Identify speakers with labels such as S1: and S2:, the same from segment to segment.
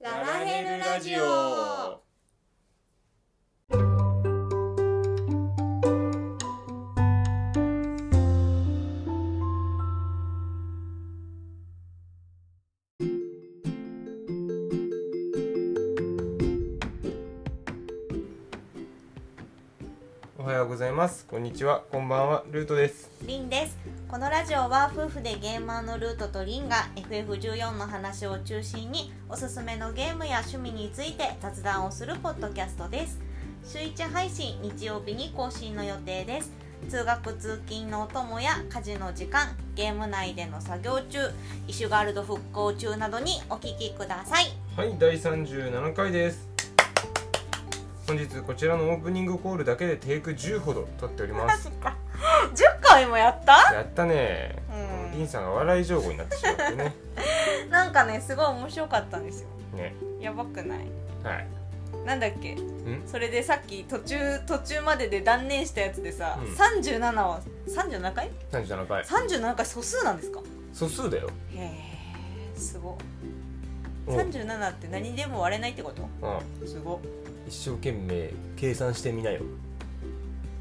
S1: ネルラジオ
S2: おはようございますこんにちはこんばんはルートです
S1: リンですこのラジオは夫婦でゲーマーのルートとリンが FF14 の話を中心におすすめのゲームや趣味について雑談をするポッドキャストです週1配信日曜日に更新の予定です通学通勤のお供や家事の時間ゲーム内での作業中イシュガルド復興中などにお聞きください
S2: はい第37回です本日こちらのオープニングコールだけでテイク10ほど撮っております
S1: か10回もやった
S2: やったね
S1: うん
S2: リンさんが笑い上手になってしまってね
S1: なんかねすごい面白かったんですよ
S2: ね
S1: やばくない
S2: はい
S1: なんだっけ
S2: ん
S1: それでさっき途中途中までで断念したやつでさ、
S2: うん
S1: 37は37回
S2: 37回
S1: ?37 回素数なんですか
S2: 素数だよ
S1: へえすごっ
S2: おうん
S1: 37って何でも割れないってことすごっ
S2: 一生懸命計算してみなよ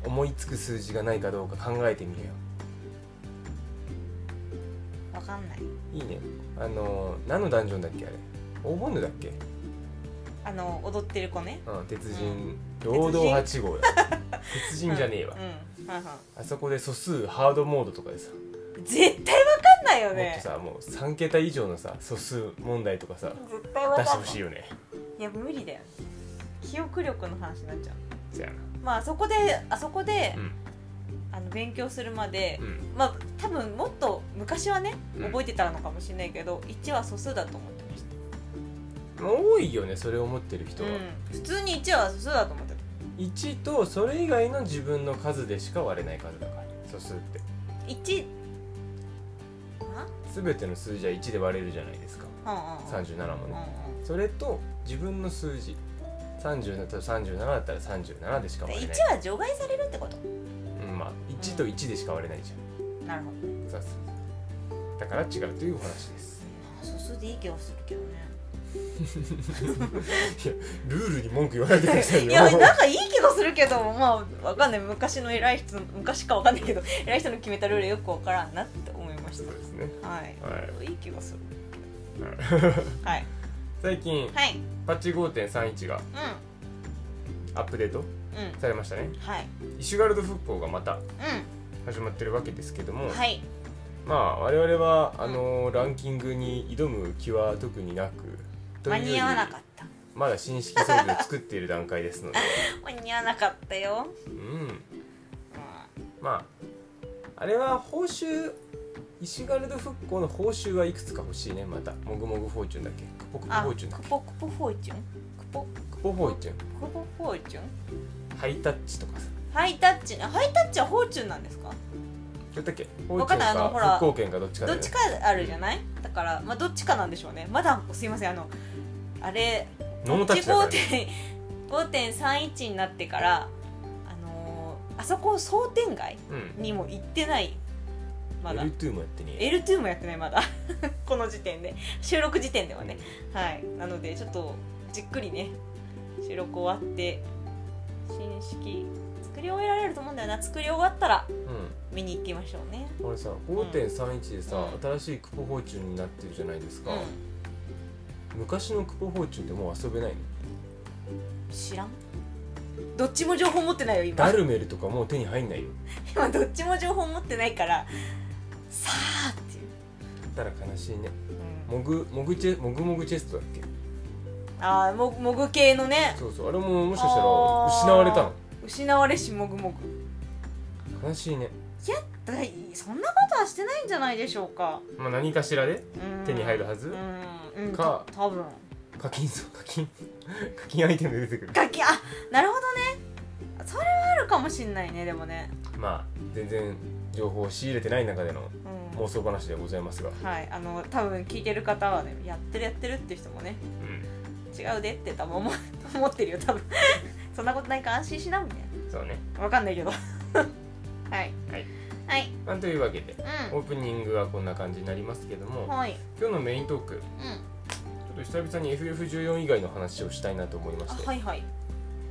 S2: 思いつく数字がないかどうか考えてみなよ
S1: わかんない
S2: いいねあのー何のダンジョンだっけあれオーボンヌだっけ
S1: あの踊ってる子ね
S2: うん、鉄
S1: うん
S2: 人労働8号だ鉄人じゃねえわ、
S1: うん、はんは
S2: あそこで素数ハードモードとかでさ、
S1: ん絶対わかんないよ
S2: もっ
S1: ね
S2: とさもう3桁以上のさ素数問題とかさ
S1: 絶対わ
S2: 出し
S1: か
S2: て
S1: んな
S2: ほ
S1: い
S2: しいよね
S1: いや無理だよ記憶力の話になっちゃう
S2: そやな
S1: まああそこであそこで、
S2: うん
S1: あの勉強するまで、
S2: うん
S1: まあ多分もっと昔はね
S2: うん
S1: 覚えてたのかもしれないけど、1は素数だと思ってました
S2: まあ多いよねそれを持ってる人は、
S1: うん、普通に1は素数だと思ってた
S2: 1とそれ以外の自分の数でしか割れない数だから素数って
S1: 1
S2: 全ての数字は1で割れるじゃないですか
S1: あうんうんうん
S2: 37も
S1: うん
S2: ね、
S1: う
S2: それと自分の数字30と37だったら37でしか
S1: んで
S2: 割れない
S1: 1は除外されるってこと
S2: うんまあ、1と1でしか割れないじゃん
S1: なるほど
S2: そうそうそうだから違うというお話です
S1: 素数でいい気はするけどね
S2: ルールに文句言わないでくださいよ
S1: いやなんかいい気がするけどまあわかんない昔の偉い人の昔かわかんないけど偉い人の決めたルールよくわからんなって思いまし
S2: そうですね
S1: たはい
S2: はい
S1: いい気がする
S2: い
S1: はい
S2: 最近
S1: はい
S2: パッチ5.31が
S1: う
S2: アップデート
S1: んうん
S2: されましたね
S1: はい
S2: イシュガルド復興がまた
S1: う
S2: 始まってるわけですけども、
S1: んはい
S2: まあ我々はあのーランキングに挑む気は特になくという
S1: 間
S2: より
S1: に合わなかった
S2: まだ新式装備を作っている段階ですので
S1: 間に合わなかったよ、
S2: うん
S1: うん
S2: まああれは報酬イシュガルド復興の報酬はいくつか欲しいねまたもぐもぐフォーチュンだっけクポクポ
S1: あ
S2: フォーチュンだっ
S1: ク
S2: け
S1: ポクポフォーチュンクポ
S2: クポフォーチュン
S1: クポフォーチュン
S2: ハイタッチとかさ
S1: ハイタッチハイタッチはフォーチュンなんですか
S2: やったっけフォー
S1: わ
S2: チ
S1: かん
S2: ュン
S1: ないあのほら
S2: か復興券かどっちか
S1: ど
S2: だ
S1: っ
S2: よね
S1: ちかあるじゃないだからまあどっちかなんでしょうねまだすいませんあのあれ
S2: ノータッチだからね
S1: 5.31になってからあのーあそこ商店街
S2: うん
S1: にも行ってないまだ
S2: L2 もやってねえ
S1: L2 もやってないまだ この時点で収録時点ではねはいなのでちょっとじっくりね収録終わって新式作り終えられると思うんだよな作り終わったら
S2: う
S1: 見に行きましょうね
S2: んあれさ5.31でさ、
S1: うん
S2: 新しいクポフォーチュンになってるじゃないですか、
S1: う
S2: 昔のクポフォーチュンってもう遊べないの
S1: ん知らんどっちも情報持ってないよ今
S2: ダルメルとかもう手に入んないよ
S1: 今どっちも情報持ってないからさあっていう、
S2: だったら悲しいね
S1: うん
S2: モグモグチェモグモグチェストだっけ
S1: ああももぐ系のね
S2: そうそうあれももしかしたら
S1: あー
S2: 失われたの
S1: 失われしもぐもぐ
S2: 悲しいね
S1: だそんなことはしてないんじゃないでしょうか
S2: まあ何かしらで
S1: うん
S2: 手に入るはず
S1: うん、うん、
S2: か
S1: た多分
S2: 課金そう課金 課金アイテムで出てくる
S1: ガキあなるほどねそれはあるかもしんないねでもね
S2: まあ全然情報を仕入れてない中での
S1: うん
S2: 妄想話でございますが、
S1: はいあの多分聞いてる方はねやってるやってるって人もね
S2: う
S1: 違う でって多分思思ってるよ多分 そんなことないから安心しなみたい
S2: ん、そうね、
S1: なわかんないけど はい
S2: はい
S1: はい
S2: まあ、というわけで
S1: う
S2: オープニングはこんな感じになりますけど
S1: ん
S2: も
S1: はい
S2: 今日のメイントーク
S1: うん
S2: ょっと久々に FF14 以外の話をしたいなと思いま
S3: あ
S2: して、
S3: はいはい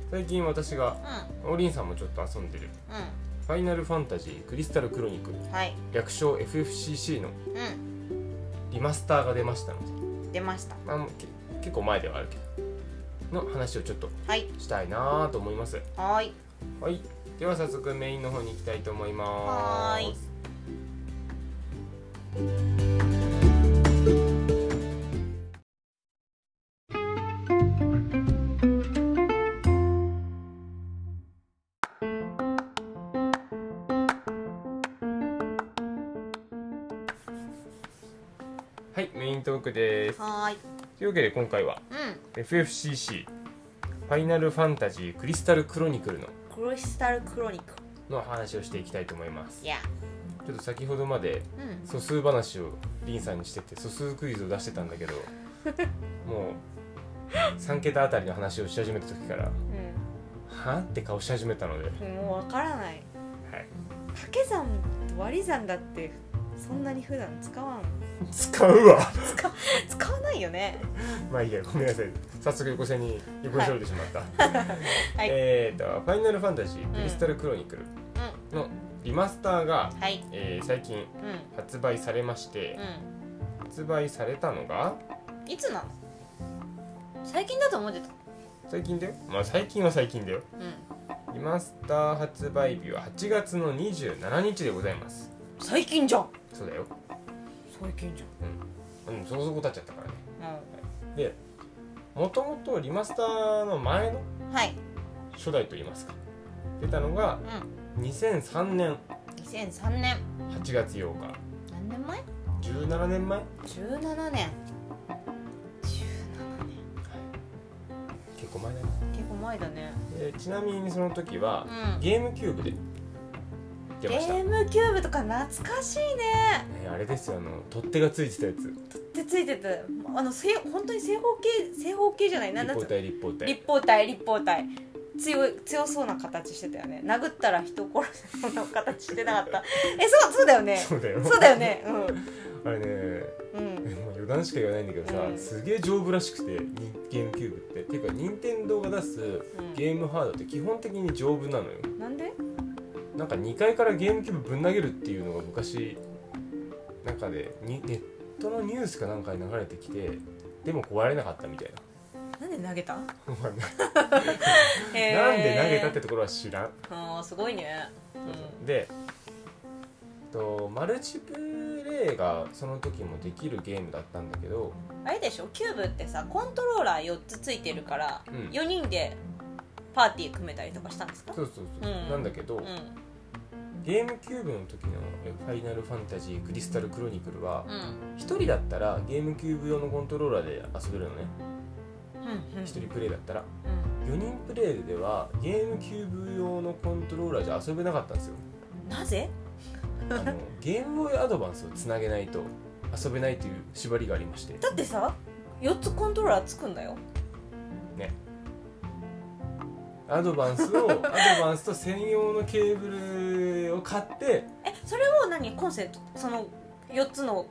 S2: 最近私が
S3: うん
S2: おりんさんもちょっと遊んでる
S3: う
S2: 「ファイナルファンタジークリスタルクロニクル
S3: んはい」
S2: 略称 FFCC の
S3: う
S2: リマスターが出ましたので、
S3: ん出ました
S2: まあ、もうけ結構前ではあるけどの話をちょっと
S3: はい
S2: したいなと思います
S3: はーい
S2: はいでは早速メインの方に行きたいと思いま
S3: はーい
S2: すはいメイントークです
S3: はーい
S2: というわけで今回は
S3: う
S2: FFCC ファイナルファンタジークリスタルクロニクルの
S3: んクリスタルクロニク
S2: の話をしていきたいと思います
S3: いや
S2: ちょっと先ほどまで
S3: うん
S2: 素数話をリンさんにしてて素数クイズを出してたん だけどもう3桁あたりの話をし始めた時からはって顔し始めたので、はい、
S1: うんもうわからない掛け算と割り算だってそんなに普段使わん
S2: 使うわ
S1: 使わないよね
S2: まあいいやごめんなさい早速横線に横にそれてしまった、
S1: はい
S2: えーと「ファイナルファンタジークリスタルクロニクル」のリマスターが、
S3: はい
S2: えー最近
S3: うん
S2: 発売されまして、
S3: う
S2: 発売されたのが
S3: んいつなの最近だと思ってた
S2: 最近だよまあ最近は最近だよ
S3: うん
S2: リマスター発売日は8月の27日でございます
S3: 最近じゃん
S2: そうだよ
S3: 最近じ
S2: うんそこそこ経っちゃったからね
S3: ゃん
S2: でもともとリマスターの前の
S3: うんはい
S2: 初代といいますか出たのが
S3: うん
S2: 2003年
S3: 2003年
S2: 8月8日
S3: 何年前
S2: 17年前
S3: 17年17年
S2: 結構前だね
S3: 結構前だね
S2: でちなみにその時は
S3: うん
S2: ゲームキューブで出
S1: ゲ
S2: ました、
S1: ームキューブとか懐かしいね
S2: ねあれですよあの取っ手がついてたやつ
S1: ってついててあの正本当に正方形正方形じゃないなんだ
S2: 立
S1: っ
S2: 方
S1: け
S2: 体立方体
S1: 立方体立方体強い強そうな形してたよね殴ったら人殺すような形してなかったえそうそうだよね
S2: そうだよ
S1: そうだよね
S2: あれね
S1: うんうん
S2: もう余談しか言わないんだけどさ、
S1: うん
S2: すげえ丈夫らしくてにゲームキューブってっていうか任天堂が出すゲームハードって基本的に丈夫なのよ
S1: うんなんで
S2: なんか2階からゲームキューブぶん投げるっていうのが昔なんかでにネットのニュースかなんかに流れてきてでも壊れなかったみたいな
S1: なんで投げたなん
S2: お前ななんで投げたってところは知らん、
S1: あーすごいねう
S2: でとマルチプレイがその時もできるゲームだったんだけど
S1: んあれでしょキューブってさコントローラー4つついてるから、
S2: うん
S1: 4人でパーティー組めたりとかしたんですか
S2: そうそうそう、
S1: うん
S2: なんだけど、
S1: うん
S2: ゲームキューブの時のえ「ファイナルファンタジークリスタルクロニクルは」
S1: うん
S2: 一人だったらゲームキューブ用のコントローラーで遊べるのね
S1: うんうん
S2: 一人プレイだったら4人プレイではゲームキューブ用のコントローラーじゃ遊べなかったんですよ
S1: なぜ
S2: あのゲームボーイアドバンスをつなげないと遊べないという縛りがありまして
S1: だってさ4つコントローラーつくんだよ
S2: アドバンスをアドバンスと専用のケーブルを買って
S1: えそれを何コンセントその4つの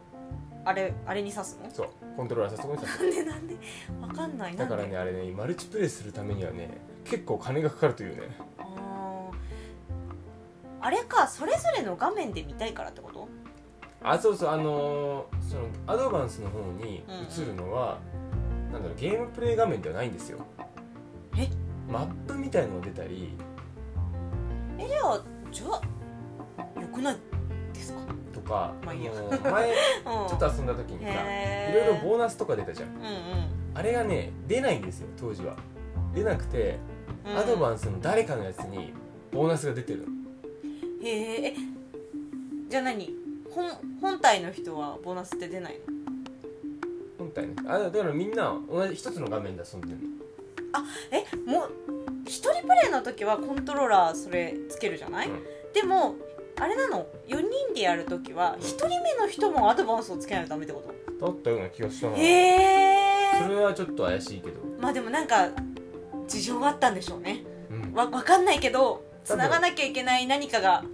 S1: あれあれに刺すの
S2: そうコントローラーさそこにさ
S1: なんでなんでわかんないな
S2: だ
S1: んで
S2: からねあれねマルチプレイするためにはね結構金がかかるというね
S1: あーあれかそれぞれの画面で見たいからってこと
S2: あそうそうあのーそのアドバンスの方に
S1: うんうん
S2: 映るのは、なんだろうゲームプレイ画面ではないんですよ
S1: え
S2: マップみたいのが出たり
S1: えじゃあじゃあよくないですか
S2: とか、
S1: まあいいや
S2: のー 前ちょっと遊んだ時にさいろいろ
S1: へえ
S2: ボーナスとか出たじゃん
S1: うんうん
S2: あれがね出ないんですよ当時は出なくて、
S1: うん
S2: アドバンスの誰かのやつにボーナスが出てる
S1: へえじゃあ何本本体の人はボーナスって出ないの
S2: 本体ねあだからみんな同じ一つの画面で遊んでる
S1: えもう一人プレイの時はコントローラーそれつけるじゃない、
S2: うん
S1: でもあれなの4人でやる時は1人目の人もアドバンスをつけないとダメってこ
S2: だったような気がしたな
S1: と
S2: そ
S1: へえ
S2: れはちょっと怪しいけど
S1: まあでもなんか事情があったんでしょうね
S2: うん
S1: わわかんないけど
S2: 多分
S1: 繋がなきゃいけない何かが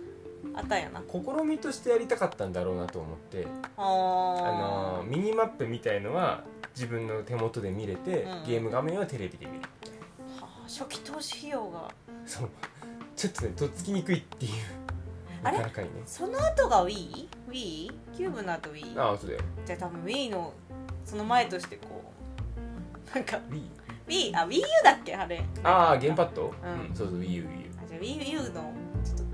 S1: あったんやな
S2: 試みとしてやりたかったんだろうなと思って
S1: あ
S2: あのーミニマップみたいのは自分の手元で見れて、
S1: うん
S2: ゲーム画面はテレビで見る
S1: はあ初期投資費用が
S2: そうちょっとねとっつきにくいっていう
S1: あ
S2: な
S1: れ
S2: かなかにね
S1: その後が Wii?Wii? キューブの後 Wii?
S2: ああそうだよ
S1: じゃあ多分 Wii のその前としてこうなんか
S2: Wii
S1: Wii あ WiiU だっけあれ
S2: ああゲームパッド、
S1: うん
S2: そうそう WiiUWiiU
S1: あじゃあ WiiU のちょっと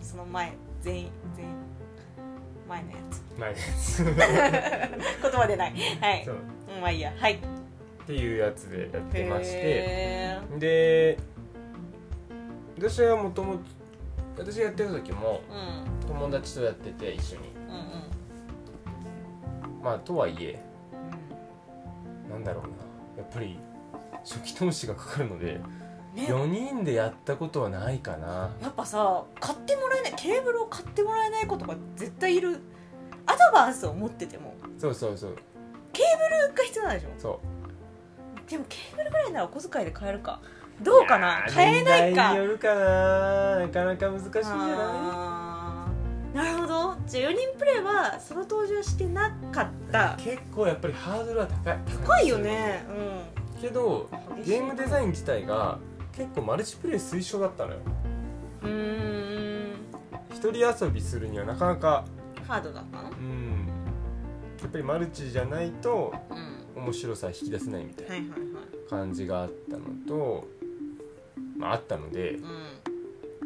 S1: その前全員全員前のやつ
S2: まあね そう
S1: 言葉でないはいうんまあいいやはい
S2: っていうやつでやってまして
S1: へ
S2: で私はもともと私がやってた時も
S1: ーうん
S2: 友達とやってて一緒に
S1: うんうん
S2: まあとはいえ
S1: う
S2: なんだろうなやっぱり初期投資がかかるので
S1: んね
S2: 4人でやったことはないかな
S1: やっぱさ買ってもらえないケーブルを買ってもらえない子とか絶対いるアドバンスを持ってても
S2: そうそうそう
S1: が必要なんでしょ
S2: そ
S1: でもケーブルぐらいならお小遣いで買えるか
S2: う
S1: どうかな
S2: やー
S1: 買えない
S2: 年代に
S1: か
S2: よるかななかなか難しいんじゃ
S1: あーなるほどじゃあ4人プレイはその当時はしてなかっ
S2: な
S1: た
S2: い結構やっぱりハードルは高い
S1: 高いよね
S2: けど
S1: うん
S2: ゲームデ
S1: イ
S2: ザイン自体が結構マルチプレイ推奨だったのよ
S1: ンうーん
S2: 一人遊びするにはなかなか
S1: ハードだったの
S2: うんやっぱりマルチじゃないと
S1: うん
S2: 面白さ引き出せないみた
S1: は
S2: い
S1: いはいはい
S2: な感じがあったのと、まあ、あったので
S1: う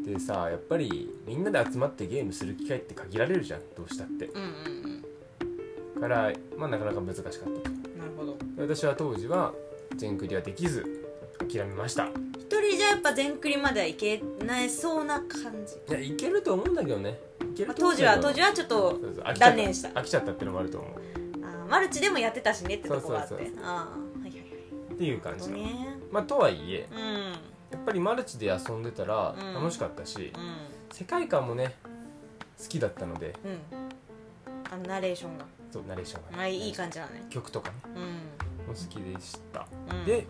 S1: ん
S2: でさやっぱりみんなで集まってゲームする機会って限られるじゃんどうしたって
S1: うんうん
S2: から、まあ、なかなか難しかったと
S1: うんなるほど
S2: で私は当時は全クリはできず諦めましたい
S1: 一人じゃやっぱ全クリまではいけないそうな感じ、
S2: やいけると思うんだけどねいけ
S1: まあ
S2: ると
S1: 当
S2: 思うんだけ
S1: 時
S2: ど
S1: は当時はちょっと
S2: そうそう飽きちゃった
S1: 断念した
S2: 飽きちゃったってのもあると思
S1: あーマルチでもやってたしねってとこがあって
S2: そうそうそ
S1: ああはいはいはいう
S2: っていう感じ
S1: な
S2: の
S1: るほどね
S2: まあとはいえ
S1: うんうん
S2: やっぱりマルチで遊んでたら
S1: うん
S2: 楽しかったし、世界観もね好きだったので
S1: うんあのナレーションが
S2: そうナレーションが、
S1: あいいい感じだね
S2: 曲とかね
S1: うん
S2: も好きでした、
S1: うん
S2: で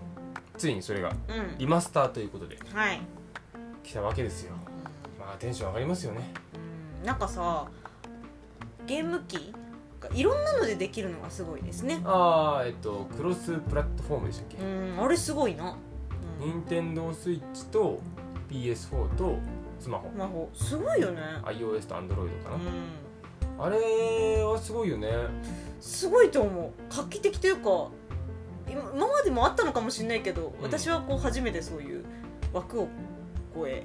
S2: ついにそれが
S1: うん
S2: リマスターということで
S1: はい、
S2: 来たわけですよまあテンション上がりますよね
S1: うん、なんかさゲーム機がいろんなのでできるのがすごいですね
S2: ああえっとクロスプラットフォームでしたっけ、
S1: うんあれすごいな、うん、
S2: 任天堂スイッチと PS4 とスマホ
S1: ス、マホすごいよね
S2: iOS と Android
S1: う
S2: かな、
S1: ん
S2: あれはすごいよね
S1: すごいと思う画期的というか今今までもあったのかもしれないけど、
S2: うん
S1: 私はこう初めてそういう枠を超え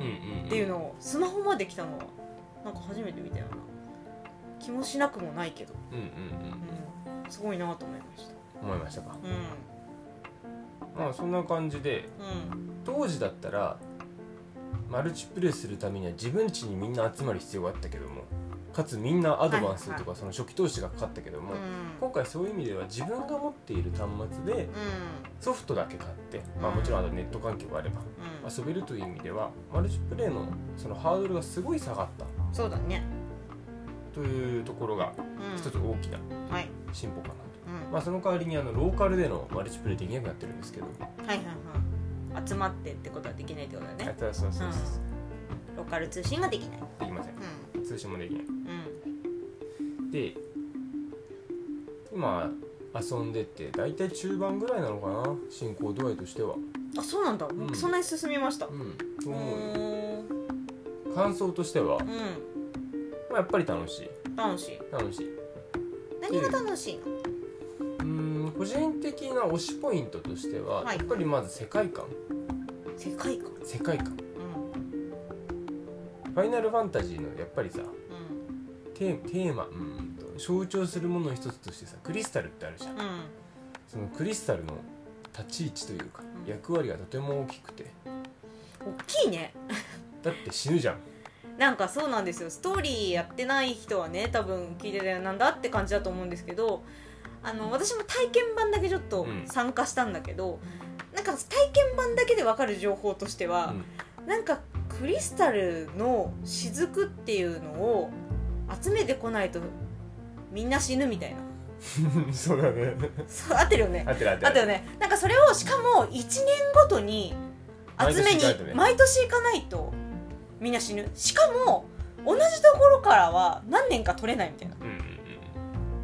S2: うんうん、うん、
S1: っていうのをスマホまで来たのはなんか初めて見たような気もしなくもないけど、
S2: うんうんうん
S1: うん、すごいなと思いました
S2: 思いましたか
S1: うん
S2: まあそんな感じで
S1: うん
S2: 当時だったらマルチプレイするためには自分家にみんな集まる必要があったけどもかつみんなアドバンス
S1: はい
S2: と
S1: は
S2: かその初期投資がかかったけども、
S1: うん
S2: 今回そういう意味では自分が持っている端末でソフトだけ買って、まあ、もちろんあのネット環境があれば
S1: うん
S2: 遊べるという意味ではマルチプレイのそのハードルがすごい下がった
S1: そうだね
S2: というところが
S1: うん
S2: 一つ大きな
S1: はい
S2: 進歩かなと、
S1: うん
S2: まあ、その代わりにあのローカルでのマルチプレイできなくなってるんですけど
S1: はいはいはい集まってってことはできないってことだね
S2: そうそうそうそう
S1: ローカル通信ができない
S2: できませ
S1: うん
S2: 通信もできない
S1: うん
S2: で今遊んでて大体中盤ぐらいなのかな進行度合いとしては
S1: あそうなんだ、もう
S2: うん
S1: そんなに進みました
S2: うんと
S1: う
S2: 思うよ
S1: ーん
S2: 感想としては、ま
S1: う
S2: あ、やっぱり楽しい
S1: ん楽しい
S2: 楽しいう
S1: 何が楽しいの、
S2: ーん個人的な推しポイントとしては、
S1: はい
S2: やっぱりまず世界観
S1: 世界観
S2: 世界観
S1: うん
S2: ファイナルファンタジーのやっぱりさ
S1: うん
S2: テーテーマうんと象徴するものの一つとしてさクリスタルってあるじゃ
S1: う
S2: ん
S1: ん
S2: そのクリスタルの立ち位置というか
S1: うん
S2: 役割がとても大きくて
S1: 大きいね
S2: だって死ぬじゃん
S1: なんかそうなんですよストーリーやってない人はね多分聞いててなんだって感じだと思うんですけどあの私も体験版だけちょっと
S2: うん
S1: 参加したんだけど、なんか体験版だけで分かる情報としては、なんかクリスタルの雫っていうのを集めてこないとみんな死ぬみたいな
S2: うんそうだ ね
S1: そう合ってるよね
S2: あってるあってる
S1: あとよねなんかそれをしかも1年ごとに集めに
S2: 毎年行かないとね
S1: 毎年行かないとみんな死ぬしかも同じところからは何年か取れないみたいな
S2: うん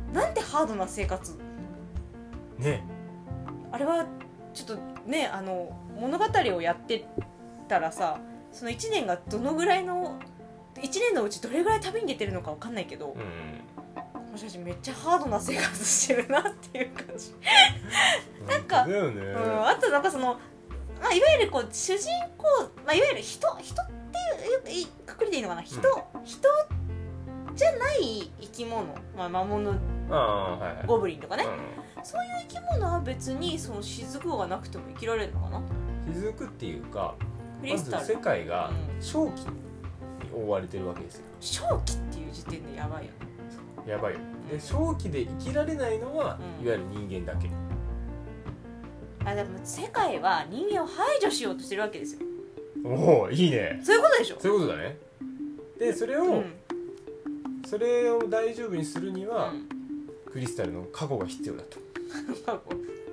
S2: うん
S1: なんてハードな生活
S2: ね
S1: あれはちょっとねあの物語をやってたらさその1年がどのぐらいの1年のうちどれぐらい旅に出てるのかわかんないけど、
S2: うん
S1: もしかしてめっちゃハードな生活してるなっていう感じ、
S2: うん
S1: なんか
S2: 本当だよね、
S1: うん、あとなんかその、まあ、いわゆるこう主人公、まあ、いわゆる人人っていうくくりでいいのかな人、人じゃない生き物、まあ、魔物
S2: ああはいはい
S1: ゴブリンとかね、
S2: う
S1: そういう生き物は別にその雫がなくても生きられるのかなん
S2: 雫っていうか
S1: ク
S2: ま
S1: リス
S2: ず
S1: タル
S2: 世界が
S1: うん
S2: 正気に覆われてるわけですよ
S1: 正気っていう時点でやばいよね
S2: やばいよで正気で生きられないのは、
S1: うん
S2: いわゆる人間だけ
S1: あでも世界は人間を排除しようとしてるわけですよ
S2: おおいいね
S1: そういうことでしょ
S2: そういうことだねでそれを、
S1: うん
S2: それを大丈夫にするには、
S1: う ん
S2: クリスタルの加護が必要だと
S1: 過去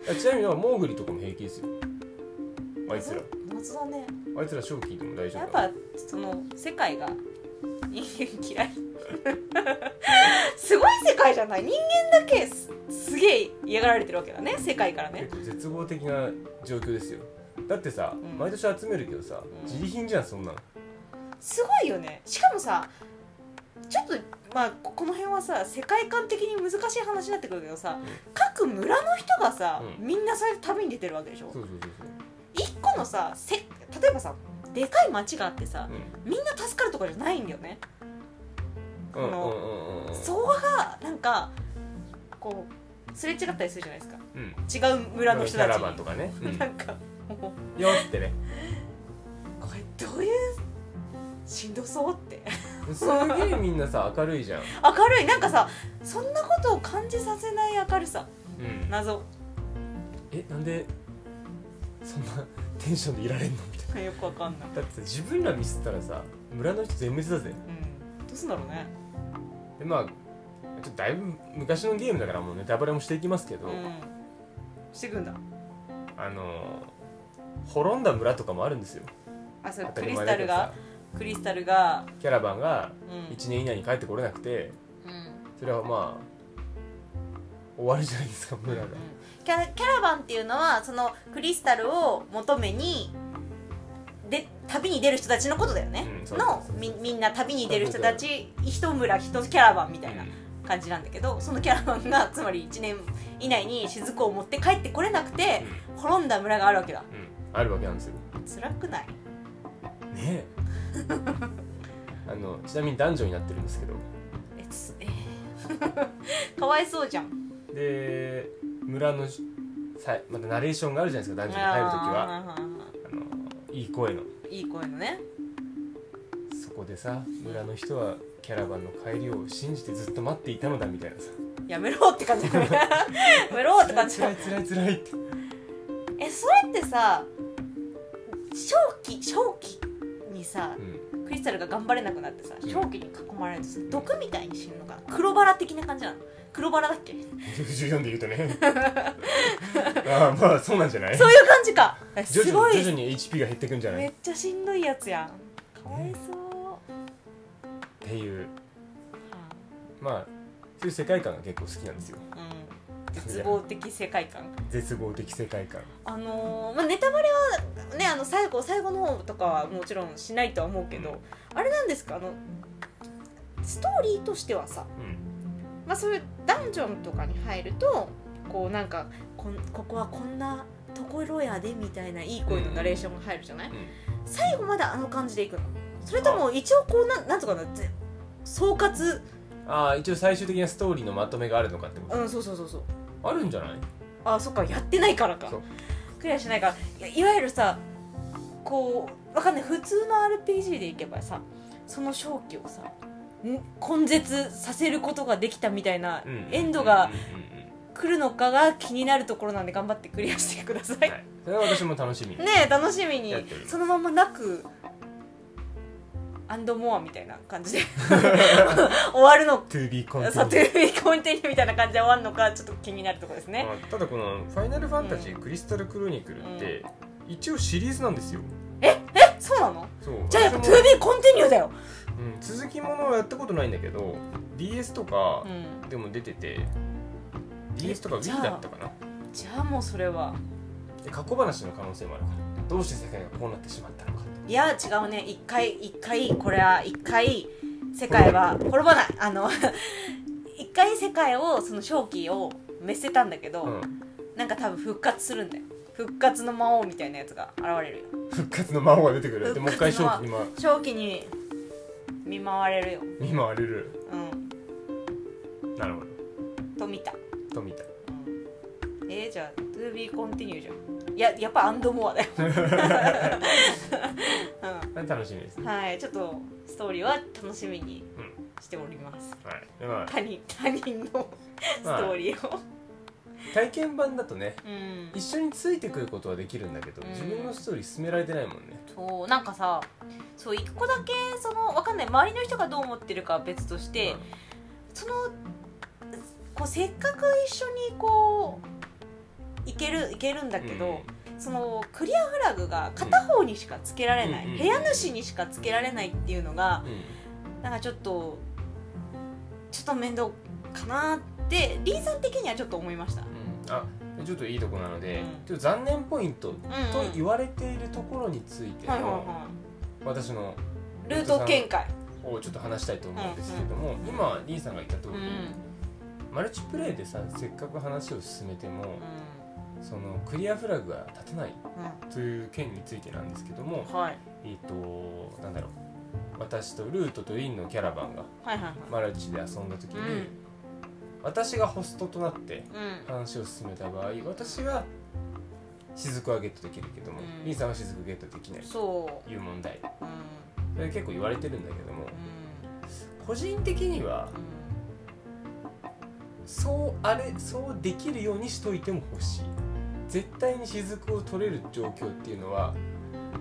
S2: あちなみにモーグリとかも平気ですよあいつら
S1: 謎だね
S2: あいつら正気でも大丈夫
S1: やっ
S2: だ
S1: ぱその世界が人間嫌い すごい世界じゃない人間だけすすげえ嫌がられてるわけだね世界からね
S2: 結構絶望的な状況ですよだってさ、
S1: うん
S2: 毎年集めるけどさ
S1: うん
S2: 自利品じゃんそんなの
S1: すごいよねしかもさちょっとまあここの辺はさ世界観的に難しい話になってくるけどさ
S2: ん
S1: 各村の人がさ、
S2: うん
S1: みんなそれで旅に出てるわけでしょ
S2: そうそうそう
S1: 一個のさせ例えばさでかい町があってさ
S2: そう
S1: みんな助かるとかじゃないんだよね
S2: うんうんうんうんうん
S1: そこがなんかこうすれ違ったりするじゃないですか
S2: う
S1: 違
S2: ん
S1: う村の人た
S2: キャ
S1: ち
S2: ラバン
S1: に
S2: とかね、うん
S1: なんかも
S2: よっ てね
S1: うこれどういうしんどそうって
S2: すげえみんなさ明るいじゃん、
S1: 明るいなんかさそんなことを感じさせない明るさ
S2: うん、
S1: 謎よ
S2: えなんでそんなテンションでいられんのって
S1: くわかんない、
S2: だってさ自分らミスったらさ村の人全滅だぜ
S1: うん、どうすんだろうね
S2: でまあちょっとだいぶ昔のゲームだからもうネタバレもしていきますけど、
S1: うんしてくんだ
S2: あの滅んだ村とかもあるんですよ
S1: あそれ
S2: 当
S1: ク
S2: たり
S1: リス
S2: 前だ
S1: タ
S2: け
S1: ル
S2: どさ
S1: がクリスタルが
S2: キャラバンが
S1: うん
S2: 1年以内に帰ってこれなくて
S1: うん
S2: それはまあ終わるじゃないですか村が
S1: キャキャラバンっていうのはそのクリスタルを求めにで旅に出る人たちのことだよね、
S2: うんそうそう
S1: の
S2: そう
S1: みみんな旅に出る人たち一村一キャラバンみたいな感じなんだけどそのキャラバンがつまり1年以内に雫を持って帰ってこれなくて滅んだ村があるわけだ
S2: うん、うんあるわけなんですよ
S1: 辛くない
S2: ねえ あのちなみに男女になってるんですけど
S1: えつえー かわいそうじゃん
S2: で村のしさまたナレーションがあるじゃないですか男女に入る
S1: あ
S2: ときはあのいい声の
S1: ーいい声のね
S2: そこでさ村の人はキャラバンの帰りを信じてずっと待っていたのだみたいなさ
S1: やめろって感じだね やめろって感じ
S2: つ
S1: だ
S2: らいつらいつら いって
S1: えそれってさ正気正気にさ
S2: うん
S1: クリスタルが頑張れなくなってさ
S2: うん
S1: 正気に囲まれるとさ毒みたいに死ぬのかな黒バラ的な感じなの黒バラだっけ
S2: 14で言うとねああまあそうなんじゃない
S1: そういう感じかえす
S2: 徐
S1: ご
S2: 々に徐
S1: い
S2: 々に HP が減ってくんじゃない
S1: め
S2: っ
S1: っちゃしんどいやつやんかわいそう
S2: ていうまあそういう世界観が結構好きなんですよ
S1: うん絶望的世界観
S2: 絶望的世界観
S1: あのーまあ、ネタバレはねあの最後最後の方とかはもちろんしないとは思うけど、
S2: うん
S1: あれなんですかあのストーリーとしてはさ
S2: うん
S1: まあ、そういうダンジョンとかに入るとこうなんかこんここはこんなところやでみたいないい声のナレーションが入るじゃない、
S2: う
S1: 最後まであの感じでいくのそれとも一応こうなんなんとかなぜ総括
S2: んああ一応最終的なストーリーのまとめがあるのかってこと
S1: うんそうそうそうそう
S2: あるんじゃない
S1: あそっかやってないからか
S2: そう
S1: クリアしないからいやいわゆるさこうわかんない普通の RPG でいけばさその正気をさん根絶させることができたみたいな
S2: うん
S1: エンドが
S2: うんうんうんうん
S1: 来るのかが気になるところなんで頑張ってクリアしてくだ さい
S2: はいそれは私も楽しみ、
S1: ねえ楽しみに
S2: やってる
S1: そのままなくアンドモアみたいな感 じで終わるの
S2: To be
S1: さ
S2: continued
S1: てコンテンツみたいな感じで終わるのかちょっと気になるところですね
S2: まあただこの「ファイナルファンタジークリスタルクロニクル」って一応シリーズなんですよ
S1: えそうなの
S2: そう
S1: じゃあやっぱ 2B
S2: 私も
S1: コンティニューだよ
S2: うん、続きものはやったことないんだけど DS とか
S1: うん
S2: でも出てて DS とか
S1: じゃあ
S2: Wii だったかな
S1: じゃあもうそれは
S2: で過去話の可能性もあるからどうして世界がこうなってしまったのか
S1: いや違うね一回一回これは一回世界は滅ばないあの 一回世界をその正気を滅せたんだけど、
S2: うん、
S1: なんか多分復活するんだよ復活の魔王みたいなやつが現れるよ
S2: 復活の魔王が出てくるでもう一回正
S1: 復活
S2: 気にま
S1: 正気に見舞われるよ
S2: 見舞われる
S1: うん
S2: なるほど
S1: と見た、
S2: 富田
S1: うん、えー、じゃあ To be continue じゃんいややっぱアンドモアだよ、
S2: 楽しみです
S1: う
S2: ね
S1: ん、はいちょっとストーリーは楽しみにしております
S2: はいでまあ
S1: 他人他人の ストーリーを、
S2: 体験版だとね
S1: うん
S2: 一緒についてくることはできるんだけど
S1: うん
S2: 自分のストーリー進められてないもんね
S1: そうなんかさそう一個だけそのわかんない周りの人がどう思ってるかは別として、
S2: うん
S1: そのこうせっかく一緒にこういけるいけるんだけど、そのクリアフラグが片方にしかつけられない、
S2: うんうん
S1: 部屋主にしかつけられないっていうのが
S2: うん
S1: なんかちょっとちょっと面倒かなってリーさん的にはちょっと思いました。
S2: うんあちょっといいとこなの
S1: う
S2: で
S1: ん
S2: ちょっと残念ポイントと
S1: うん
S2: 言われているところについて
S1: はいはい
S2: の
S1: は
S2: 私の
S1: い、ルート見解、
S2: をちょっと話したいと思うんですけども今リンさんが言った通
S1: う
S2: り
S1: ん
S2: マルチプレイでさせっかく話を進めても
S1: う
S2: そのクリアフラグが立たない
S1: ん
S2: という件についてなんですけども
S1: うん、はい
S2: えっ、となんだろう私とルートとリンのキャラバンが
S1: はいはいはい
S2: マルチで遊んだ時
S1: う
S2: に、
S1: ん
S2: 私がホストとなって
S1: うん
S2: 話を進めた場合私は雫はゲットできるけども、
S1: うん
S2: リンさんは雫ゲットできない
S1: そ
S2: という問題
S1: う、うん
S2: それ結構言われてるんだけども
S1: う
S2: 個人的には
S1: ん
S2: そうあれそうできるようにしといても欲しい絶対に雫を取れる状況っていうのは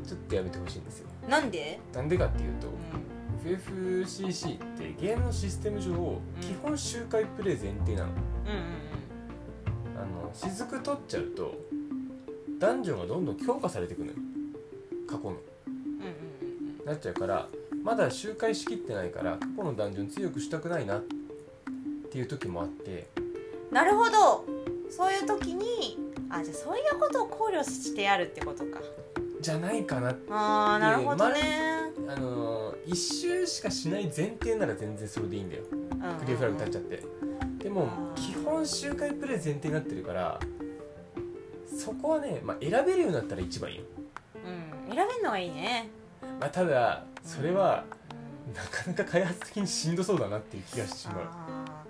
S2: ちょっとやめてほしいんですよ
S1: うん、なんで、
S2: なんでかっていうと
S1: うん
S2: FFCC ってゲームのシステム上基本周回プレイ前提なの
S1: うん
S2: あの雫取っちゃうとダンジョンがどんどん強化されていくのよ過去
S1: う
S2: の
S1: んうんうんうん
S2: なっちゃうからまだ周回しきってないから過去のダンジョン強くしたくないなっていう時もあって
S1: うんなるほどそういう時にあじゃあそういうことを考慮してやるってことか
S2: じゃないかな
S1: あーなるほどね、
S2: あのー、1周しかしない前提なら全然それでいいんだよ
S1: うん
S2: クリアフラグ立っちゃってでも
S1: あー
S2: 基本周回プレイ前提になってるからそこはね、まあ、選べるようになったら一番いいよ、
S1: うん、選べるのがいいね、
S2: まあ、ただそれは
S1: うん
S2: なかなか開発的にしんどそうだなっていう気がしてしまう
S1: あ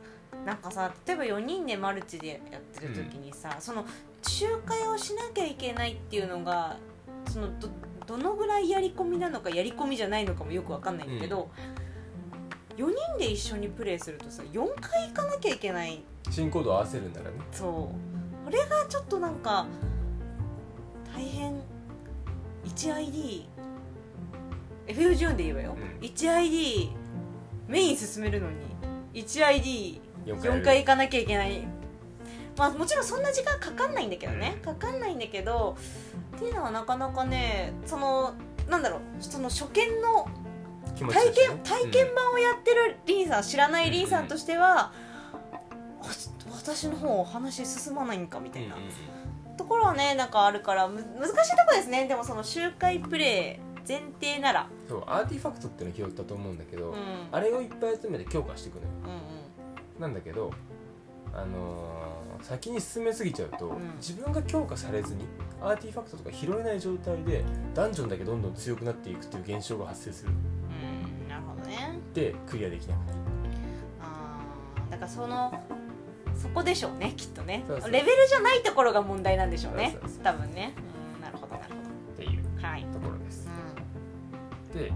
S1: ーなんかさ例えば4人でマルチでやってる時にさ、その集会をしなきゃいけないっていうのがそのどどのぐらいやり込みなのかやり込みじゃないのかもよくわかんないんだけど、4人で一緒にプレイするとさ4回行かなきゃいけない
S2: 進行度を合わせるんならね
S1: そうこれがちょっとなんか大変 1IDFU10 で言えばよ、
S2: うん
S1: 1ID メイン進めるのに 1ID
S2: 4
S1: 4回行かなきゃいけないまあもちろんそんな時間かかんないんだけどねかかんないんだけどっていうのはなかなかねそのなんだろうその初見の
S2: 気持ち
S1: 体
S2: として
S1: 験
S2: ね
S1: 体験版をやってるリンさん知らないリンさんとしては、わ私の方お話進まないんかみたいな、ところはねなんかあるからむ難しいとこですねでもその周回プレイ前提なら、
S2: そうアーティファクトっていうのを拾ったと思うんだけど、
S1: うん、
S2: あれをいっぱい集めて強化していくのよ
S1: うんうん
S2: なんだけどあのー先に進めすぎちゃうと、
S1: ん
S2: 自分が強化されずにアーティファクトとか拾えない状態でダンジョンだけどんどん強くなっていくっていう現象が発生する
S1: うんなるほどね
S2: でクリアできなくなる
S1: あーだからそのそこでしょうねきっとね
S2: そうそう
S1: レベルじゃないところが問題なんでしょうね
S2: そうそうそう
S1: 多分ねうんなるほどなる
S2: っていう
S1: ほどはい、
S2: ところです
S1: う
S2: で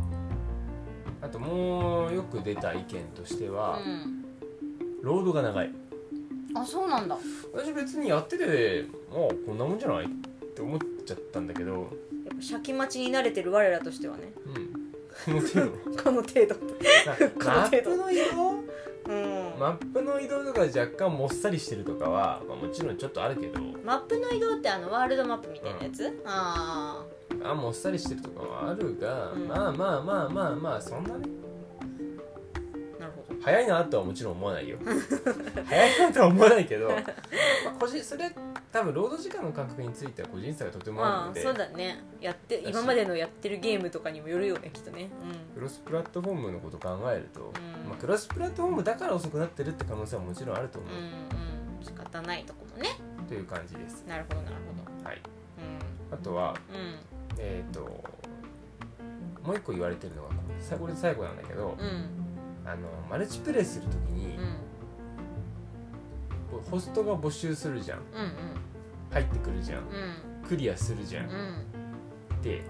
S2: あともうよく出た意見としては、
S1: ん
S2: ロードが長い
S1: うん、あそうなんだ
S2: 私別にやっててまあこんなもんじゃないって思っちゃったんだけど
S1: やっぱシャキ待ちに慣れてる我らとしてはね
S2: うん もちろん
S1: この程度
S2: まあ
S1: こ
S2: マ
S1: の
S2: ッ
S1: 程
S2: プ
S1: 度
S2: の移動
S1: うん
S2: マップの移動とか若干もっさりしてるとかは、まあ、もちろんちょっとあるけど
S1: マップの移動ってあのワールドマップみたいなやつ、あ
S2: あもっさりしてるとかはあるが、
S1: うん
S2: まあまあまあまあまあそんなね
S1: あなるほど
S2: 早いなとはもちろん思わないよ早いなとは思わないけど、まあ、個人それは多分労働時間の感覚については個人差がとてもある
S1: ま
S2: の
S1: あ
S2: で
S1: そうだねやって
S2: だし
S1: 今までのやってるゲームとかにもよるよねきっとね
S2: クロスプラットフォームのことを考えると、
S1: うん
S2: まあ、クロスプラットフォームだから遅くなってるって可能性はもちろんあると思
S1: うん
S2: う、
S1: うんうん仕方ないとこもね
S2: という感じです、
S1: なるほどなるほど
S2: はい、
S1: う
S2: あとは
S1: ん
S2: えっ、ともう一個言われてるのがさこれ最後なんだけど、
S1: うんうん
S2: あのマルチプレイするときに、
S1: うん
S2: こうホストが募集するじゃん
S1: うん
S2: 入ってくるじゃん
S1: うん
S2: クリアするじゃん、
S1: うんうん
S2: で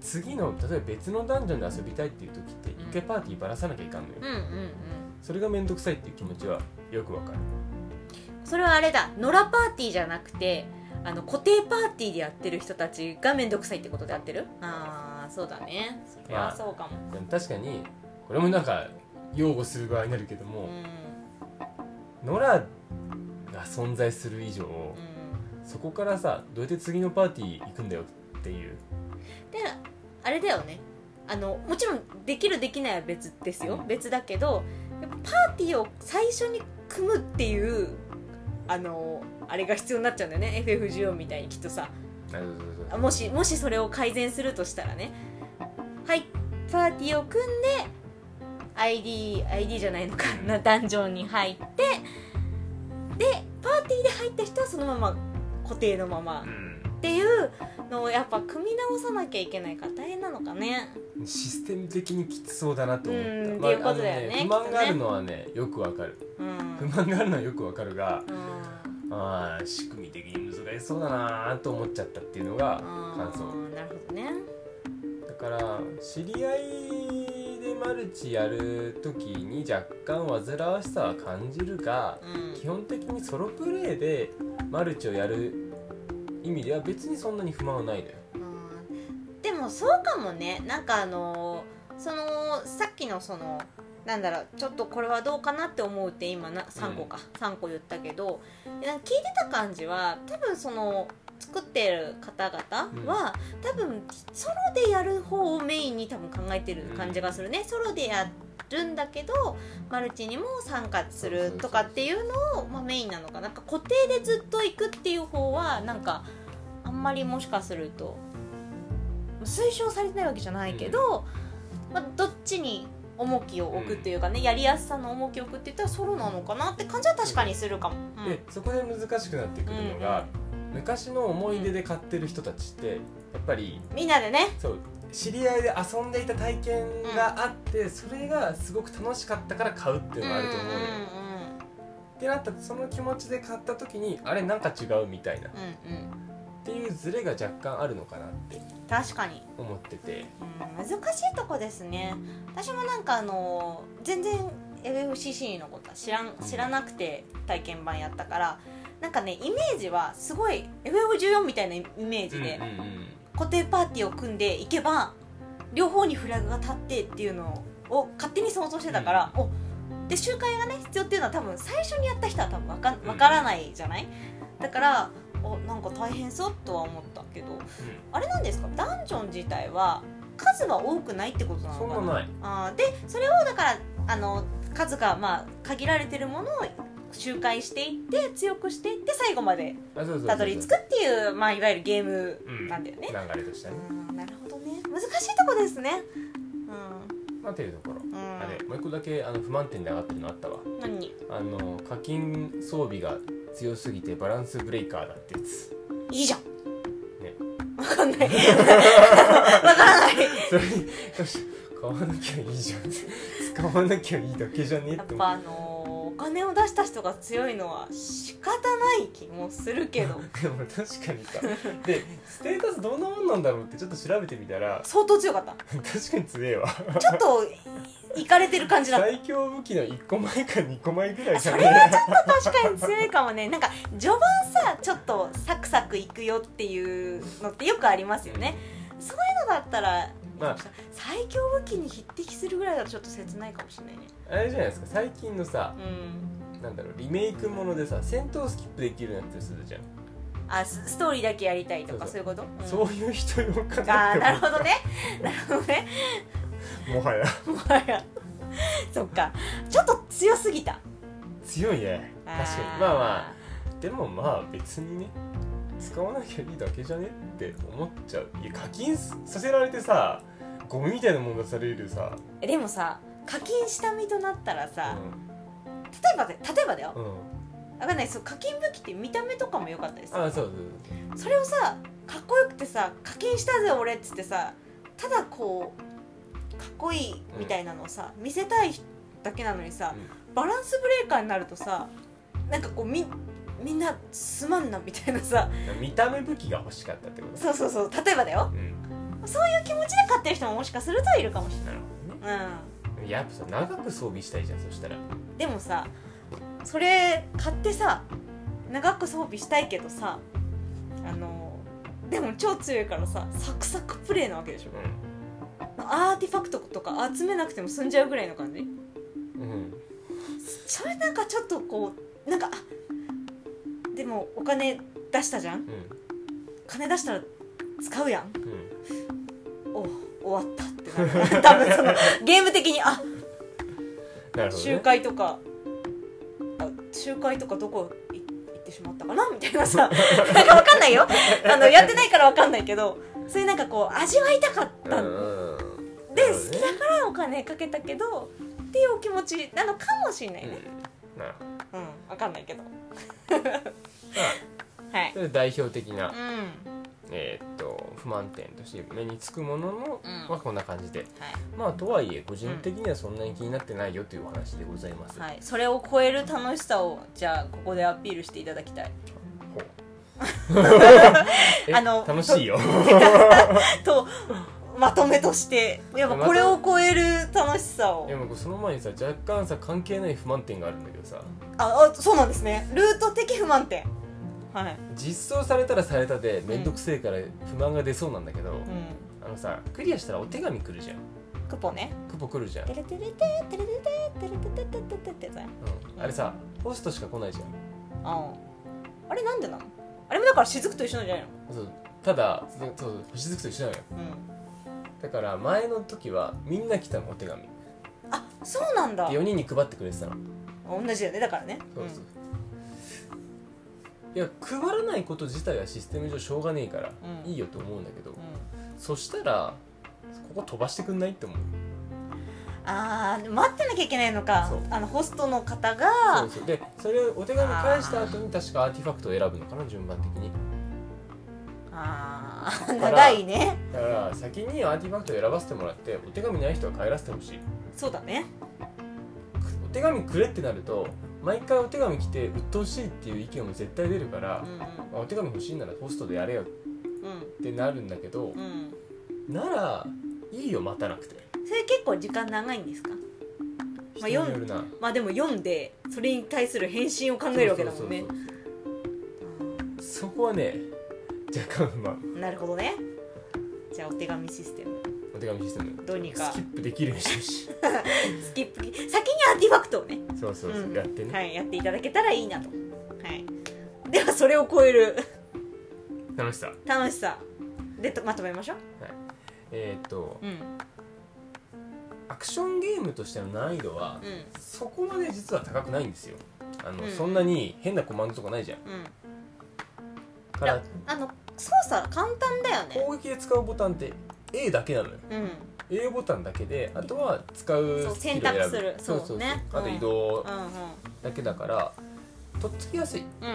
S2: 次の例えば別のダンジョンで遊びたいっていう時って
S1: ん
S2: 一回パーティーばらさなきゃいかんのよ、
S1: うんうん
S2: それが面倒くさいっていう気持ちはよくわかる
S1: それはあれだ野良パーティーじゃなくてあの固定パーティーでやってる人たちが面倒くさいってことでやってるああそうだねそれはそうかも、
S2: でも確かにこれもなんか擁護する側になるけども、ノラが存在する以上、
S1: うんうん
S2: そこからさどうやって次のパーティー行くんだよっていう
S1: であれだよねあのもちろんできるできないは別ですよ別だけどやっぱパーティーを最初に組むっていうあのあれが必要になっちゃうんだよね FF14 みたいにきっとさ
S2: あそうそうそう
S1: もしもしそれを改善するとしたらねはいパーティーを組んで ID, ID じゃないのかなダンジョンに入ってでパーティーで入った人はそのまま固定のまま
S2: う
S1: っていうのをやっぱ組み直さなきゃいけないから大変なのかね
S2: んシステム的にきつそうだなと思った、
S1: うん
S2: まあ
S1: っていうことだよね
S2: あの
S1: きっと
S2: 不
S1: ね
S2: 満があるのはねよくわかる
S1: うん、
S2: 不満があるのはよくわかるが、
S1: うん
S2: あー仕組み的に難しそうだなと思っちゃったっていうのが感想
S1: なるほどね
S2: だから知り合いでマルチやる時に若干煩わしさは感じるが
S1: うん
S2: 基本的にソロプレイでマルチをやる意味では別にそんなに不満はないのよ
S1: うんでもそうかもねなんかあのーそのさっきのそのなんだろうちょっとこれはどうかなって思うって今な3個か、3個言ったけどなんか聞いてた感じは多分その作ってる方々は、多分ソロでやる方をメインに多分考えてる感じがするね、ソロでやるんだけどマルチにも参加するとかっていうのを、まあ、メインなのかなんか固定でずっと行くっていう方はなんかあんまりもしかすると推奨されてないわけじゃないけど、まあ、どっちに重きを置くというかね、やりやすさの重きを置くって言ったらソロなのかなって感じは確かにするかも。うん
S2: でそこで難しくなってくるのが、昔の思い出で買ってる人たちってやっぱり
S1: みんなでね
S2: そう知り合いで遊んでいた体験があって、それがすごく楽しかったから買うっていうのがあると思うのよ、ってなったその気持ちで買った時にあれなんか違うみたいなっ
S1: うんうんうんうん
S2: ていうズレが若干あるのかなって
S1: 確かに、
S2: 思ってて
S1: うん、難しいとこですね私もなんかあの全然 FFCC のことは知らん知らなくて体験版やったからなんかねイメージはすごい FF14 みたいなイメージで、
S2: うんうんうん
S1: 固定パーティーを組んでいけば両方にフラグが立ってっていうのを勝手に想像してたから、おで集会がね必要っていうのは多分最初にやった人は多分わかんわからないじゃないだからおなんか大変そうとは思ったけどあれなんですかダンジョン自体は数は多くないってことなの
S2: そ
S1: か
S2: ん
S1: な
S2: なない
S1: あーでそれをだからあの数がまあ限られてるものを周回していって強くしていって最後まで
S2: あそうそうそう
S1: たどり着くっていう、まあ、いわゆるゲームなんだよね、
S2: 流れとしてね、
S1: うんなるほどね難しいとこですねう
S2: まあ、というところ、
S1: ん、うん、
S2: あれもう一個だけあの不満点で上がってるのあったわ
S1: 何
S2: あの課金装備が強すぎてバランスブレイカーだってやつ
S1: いいじゃん
S2: ね
S1: わかん ないわからない
S2: それによし買わなきゃいいじゃん使わなきゃいいだけじゃねえ
S1: やっ
S2: って思
S1: ぱあのーお金を出した人が強いのは仕方ない気もするけど
S2: うでも確かにさでステータスどんなもんなんだろうってちょっと調べてみたら
S1: 相当強かった
S2: 確かに強えわ
S1: ちょっといかれてる感じだった
S2: 最強武器の1個前か2個前ぐらいじゃ
S1: そ
S2: ね
S1: れはちょっと確かに強いかもねなんか序盤さちょっとサクサクいくよっていうのってよくありますよねそういうのだったら、
S2: まあ
S1: 最強武器に匹敵するぐらいだとちょっと切ないかもしれないね
S2: あれじゃないですか最近のさ
S1: うん
S2: なんだろうリメイクものでさ戦闘スキップできるようになってするじゃん、
S1: あスストーリーだけやりたいとかそ
S2: そう
S1: いうこと、うん
S2: そういう人用か
S1: あ
S2: な
S1: ーなる
S2: っ
S1: ほどねなるほどね
S2: て思うもはや
S1: もはやそっかちょっと強すぎた
S2: 強いね確かに
S1: ー
S2: まあまあでもまあ別にね使わなきゃいいだけじゃねって思っちゃういや課金させられてさゴミみたいなもん出されるさ、
S1: えでもさ課金した身となったら
S2: う
S1: さ、
S2: ん
S1: 例えばで例えばだよ、
S2: うん、
S1: わかんないそう課金武器って見た目とかも良かったです
S2: あそうそう
S1: それをさかっこよくてさ課金したぜ俺っつってさただこうかっこいいみたいなのをさ、見せたいだけなのにさ
S2: そう、
S1: バランスブレーカーになるとさなんかこうみみんなすまんなみたいなさ
S2: うん、見た目武器が欲しかったってこと
S1: そうそうそう例えばだよ
S2: うん
S1: そういう気持ちで買ってる人ももしかするといるかもし
S2: なるほ
S1: れない、
S2: どねやっぱさ長く装備したいじゃんそしたら
S1: うん、でもさそれ買ってさ長く装備したいけどさあのでも超強いからさサクサクプレイなわけでしょ
S2: う
S1: アーティファクトとか集めなくても済んじゃうぐらいの感じ
S2: んうん
S1: それなんかちょっとこうなんかあでもお金出したじゃん
S2: う
S1: 金出したら使うやん
S2: んうん
S1: お終わったってなる多分そのゲーム的にあ
S2: なるほど、
S1: 集
S2: ね、
S1: 会とかあ集会とかどこい行ってしまったかなみたいな さなんかわかんないよあのやってないからわかんないけどそういうなんかこう味わいたかった
S2: う
S1: の
S2: んうん
S1: で
S2: なる
S1: 好
S2: ほど
S1: き
S2: ね
S1: だからお金かけたけどっていうお気持ちなのかもしれないね、
S2: うんなるほど
S1: うん、わかんないけど。
S2: まあ
S1: はい。
S2: それ代表的な、
S1: うん。
S2: えーっと不満点として目につくものの、
S1: うん
S2: まあ、こんな感じで
S1: は
S2: まあとはいえ個人的にはそんなに気になってないよというお話でございます、
S1: い。はい。それを超える楽しさを、じゃあ、ここでアピールしていただきたい。
S2: ほうえ
S1: あの
S2: 楽しいよ
S1: と、まとめとして、やっぱこれを超える楽しさを
S2: いや。もうその前にさ若干さ関係ない不満点があるんだけどさ
S1: あ、あ、そうなんですね。ルート的不満点。はい。
S2: 実装されたらされたで面倒くせえから不満が出そうなんだけど、
S1: うん。
S2: あのさクリアしたらお手紙来るじゃん
S1: クポね。
S2: クポ来るじゃん、う
S1: てれてれて、てれてて、てれててててててて。
S2: ん、あれさホストしか来ないじゃん
S1: あ。あれ、なんでなの。あれもだから、雫と一緒なんじゃないの。
S2: そうただそうそう星月と一緒なのよ
S1: うん。
S2: だから前の時はみんな来たのお手紙で
S1: あ、そうなんだ。
S2: 4人に配ってくれてたの
S1: 同じだよね、だからね。
S2: そうそう、いや配らないこと自体はシステム上しょうがねえから、
S1: うん
S2: いいよと思うんだけど、
S1: うん。うん。
S2: そしたらここ飛ばしてくんないって思う
S1: あー待ってなきゃいけないのか
S2: そう
S1: あのホストの方
S2: そ
S1: が
S2: うそうでそれをお手紙返した後に確かアーティファクトを選ぶのかな順番的に
S1: あー
S2: から
S1: 長いね
S2: だから先にアーティファクトを選ばせてもらってお手紙ない人は帰らせてほしい
S1: そうだね
S2: お手紙くれってなると毎回お手紙来て鬱陶しいっていう意見も絶対出るから
S1: う、ん
S2: まあお手紙欲しいならホストでやれよっ
S1: うん
S2: てなるんだけど
S1: う、ん
S2: ならいいよ待たなくて
S1: それ結構時間長いんですかま
S2: 人
S1: あ
S2: によるな、
S1: まあでも読んでそれに対する返信を考えるわけだもんね
S2: そうそうそうそうそこはね若干不満
S1: なるほどねじゃあお手紙システム
S2: お手紙システム
S1: どうにか
S2: スキップできるようにしてほしい
S1: スキップ先にアーティファクトをね
S2: そうそうそう、
S1: うん
S2: やってね、
S1: はい、やっていただけたらいいなと、はい、ではそれを超える
S2: 楽しさ
S1: 楽しさでとまとめましょう
S2: えーっと
S1: うん
S2: アクションゲームとしての難易度は、
S1: う
S2: そこまで実は高くないんですよあの、
S1: うん
S2: そんなに変なコマンドとかないじゃん
S1: んうん
S2: か
S1: いや
S2: ら
S1: あの操作簡単だよね
S2: 攻撃で使うボタンって A だけなのよ
S1: うん
S2: A ボタンだけであとは使う
S1: そう
S2: ス
S1: 選
S2: キルを選ぶ
S1: 択するそうね
S2: あと移動
S1: うん
S2: だけだから、とっつきやすい
S1: うん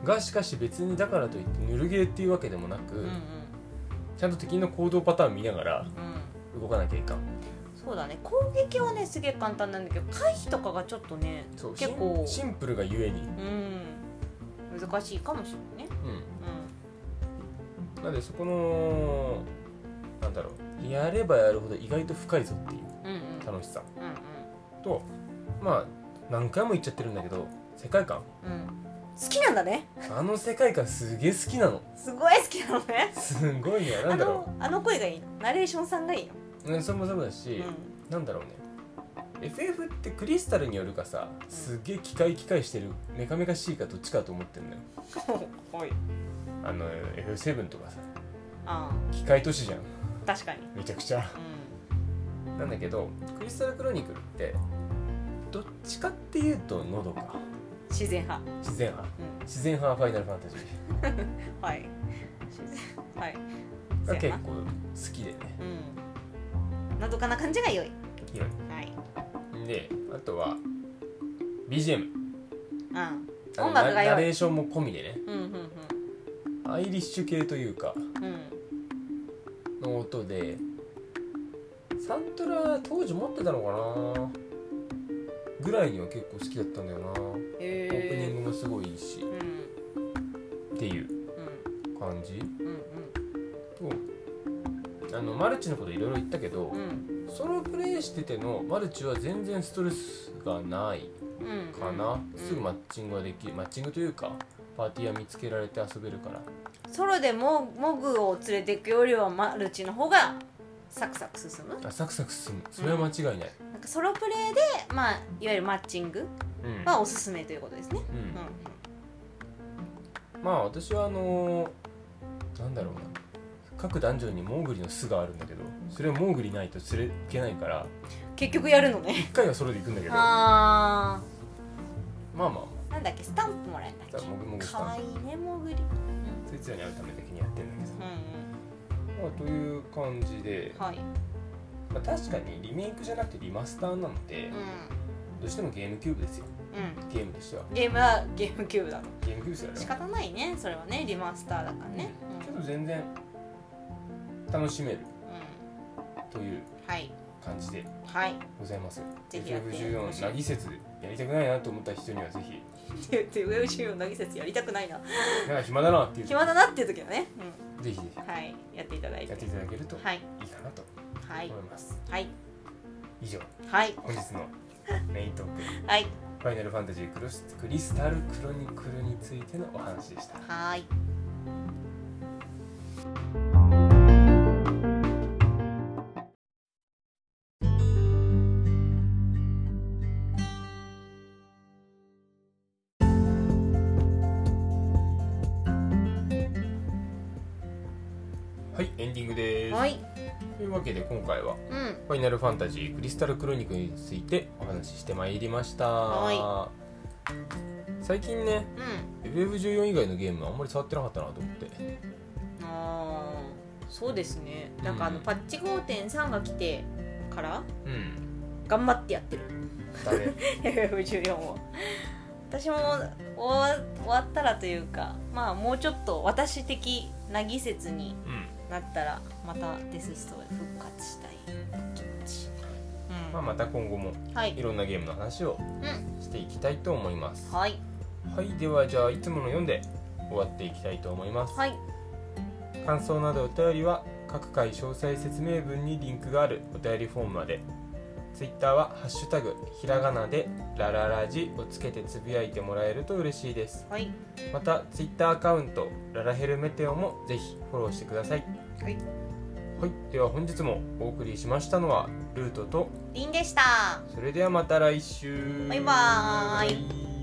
S1: うん
S2: がしかし別にだからといってぬるゲーっていうわけでもなく、
S1: うんうん
S2: ちゃんと敵の行動パターン見ながら
S1: うん
S2: 動かなきゃいかん
S1: そうだね攻撃はねすげえ簡単なんだけど回避とかがちょっとね
S2: そう
S1: 結構
S2: シンシンプルがゆえに、
S1: うん難しいかもしれないね
S2: うん、なんでそこのなんだろうやればやるほど意外と深いぞっていう
S1: うんうんうん
S2: 楽しさ
S1: うん
S2: とまあ何回も言っちゃってるんだけど世界観
S1: うんうん好きなんだね
S2: あの世界観すげえ好きなの
S1: すごい好きなのね
S2: すごいねな
S1: あ
S2: んだろ
S1: のあの声がいいのナレーションさんがいいの
S2: う、うん、それもそうだし、
S1: うん
S2: なんだろうね FF ってクリスタルによるかさすげえ機械機械してるメカメカしいかどっちかと思ってんのよ
S1: はい
S2: あの F7 とかさ
S1: あ
S2: 機械都市じゃん
S1: あ確かに
S2: めちゃくちゃ
S1: う
S2: なんだけどクリスタルクロニクルってどっちかっていうとのどか
S1: ん自然派
S2: 自然派、
S1: うん
S2: 自然派はファイナルファンタジ
S1: はい自然はい
S2: ーが
S1: 自然
S2: 結
S1: 派
S2: 構好きでね
S1: うんのどかな感じが良い
S2: 広
S1: はい
S2: いであとは BGM
S1: うん
S2: あの
S1: 音楽が良い
S2: ナナレーションも込みでね
S1: うんうん
S2: アイリッシュ系というか
S1: うんうん
S2: の音でサントラ当時持ってたのかなぐらいには結構好きだったんだよなオー
S1: へえ
S2: プニングもすごいいいし
S1: うん
S2: っていう感じ
S1: うん
S2: とあのマルチのこといろいろ言ったけど
S1: うんうん
S2: ソロプレイしててのマルチは全然ストレスがない
S1: うんうん
S2: かな
S1: うん
S2: すぐマッチングができるマッチングというかパーティーは見つけられて遊べるから
S1: ソロでもモグを連れていくよりはマルチの方がサクサク進む
S2: あサクサク進むそれは間違いない
S1: なんかソロプレイで、まあ、いわゆるマッチング
S2: うん、うん
S1: はおすすめということですね。うん
S2: まあ私はあのーなんだろうな各ダンジョンにモーグリの巣があるんだけどそれをモーグリないと連れいけないから
S1: 結局やるのね。
S2: 一回はソロで行くんだけどまあ
S1: あ
S2: まあま
S1: ーなんだっけスタンプもらえた
S2: あ
S1: っ
S2: モグモグ
S1: け
S2: し
S1: かわ
S2: た
S1: いいねモグリ。
S2: そいつらに会うためだけにやってんだ
S1: うんうん
S2: けど、まあ、という感じで、
S1: はい。
S2: まあ、確かにリメイクじゃなくてリマスターなので、
S1: う
S2: どうしてもゲームキューブですよ
S1: んう
S2: ゲームとしては
S1: ん。ゲームはゲームキューブだと。
S2: ゲームキューブですよあれは
S1: 仕方ないねそれはねリマスターだからね。
S2: うんけど全然楽しめる
S1: うんうん
S2: という
S1: はい
S2: 感じで
S1: はい。
S2: ございます
S1: ぜひやってほし
S2: FF14
S1: い
S2: な季節やりたくないなと思った人にはぜひ
S1: って言って上吉のぎ節やりたくないな。
S2: なんか暇だなっていう
S1: 暇だなっていう時はね。
S2: ぜひぜ
S1: うんはいやっていただい
S2: ひ
S1: て
S2: やっ。ていただけるとい
S1: はい
S2: いかなと
S1: はい
S2: 思います、
S1: はい
S2: 以上
S1: はい
S2: 本日のメイントーク
S1: はい
S2: ファイナルファンタジークロスクリスタルクロニクルについてのお話でした
S1: はい。
S2: はいエンディングです、
S1: はい。
S2: というわけで今回は
S1: うん。
S2: ファイナルファンタジークリスタルクロニクルについてお話ししてまいりました、
S1: は
S2: 最近ね
S1: う
S2: FF14 以外のゲームあんまり触ってなかったなと思って
S1: ん、あーそうですね
S2: うん
S1: なんかあのパッチ5.3が来てから
S2: うん
S1: 頑張ってやってる
S2: だ ね
S1: FF14 を私も終わ終わったらというかまあもうちょっと私的な季節に
S2: うん
S1: なったらまたデスストーリー復活したい気持ち、うん
S2: まあ、また今後も
S1: はい
S2: いろんなゲームの話を
S1: う
S2: していきたいと思います
S1: んはい
S2: はいではじゃあいつもの読んで終わっていきたいと思います、
S1: はい
S2: 感想などお便りは各回詳細説明文にリンクがあるお便りフォームまで Twitter は「ハッシュタグひらがな」で「ラララジ」をつけてつぶやいてもらえると嬉しいです
S1: はい
S2: また Twitter アカウント「ララヘルメテオ」もぜひフォローしてください
S1: はい、
S2: はい、では本日もお送りしましたのはルートと
S1: りんでした
S2: それではまた来週
S1: バイバーイ
S2: イ